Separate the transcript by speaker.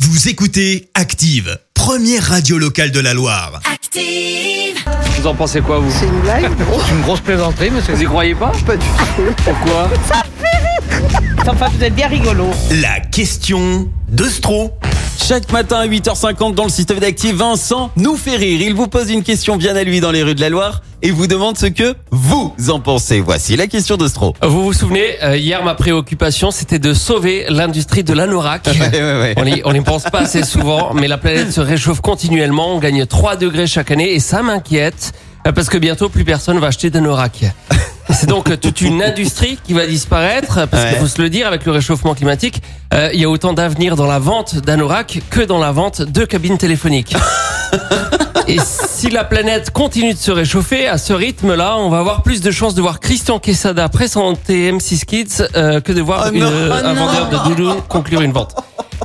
Speaker 1: Vous écoutez Active, première radio locale de la Loire.
Speaker 2: Active.
Speaker 3: Vous en pensez quoi, vous
Speaker 4: C'est une blague
Speaker 3: C'est une grosse plaisanterie, monsieur. Vous y croyez pas
Speaker 4: Pas du tout.
Speaker 3: Pourquoi
Speaker 4: Enfin, vous êtes bien rigolo.
Speaker 1: La question de Stro.
Speaker 5: Chaque matin à 8h50 dans le système d'actifs, Vincent nous fait rire. Il vous pose une question bien à lui dans les rues de la Loire et vous demande ce que vous en pensez. Voici la question de Stro.
Speaker 6: Vous vous souvenez, euh, hier ma préoccupation c'était de sauver l'industrie de l'anorak.
Speaker 5: Ouais, ouais, ouais.
Speaker 6: On n'y on y pense pas assez souvent, mais la planète se réchauffe continuellement, on gagne 3 degrés chaque année et ça m'inquiète euh, parce que bientôt plus personne va acheter d'anorak. Et C'est donc euh, toute une industrie qui va disparaître euh, parce
Speaker 5: Ouais.
Speaker 6: qu'il faut se le dire avec le réchauffement climatique, euh, il y a autant d'avenir dans la vente d'anorak que dans la vente de cabines téléphoniques. Et si la planète continue de se réchauffer à ce rythme-là, on va avoir plus de chances de voir Christian Quesada présenter M6 Kids euh, que de voir
Speaker 5: Oh
Speaker 6: une-
Speaker 5: non,
Speaker 6: euh,
Speaker 5: oh
Speaker 6: un
Speaker 5: non.
Speaker 6: vendeur de doudou conclure une vente.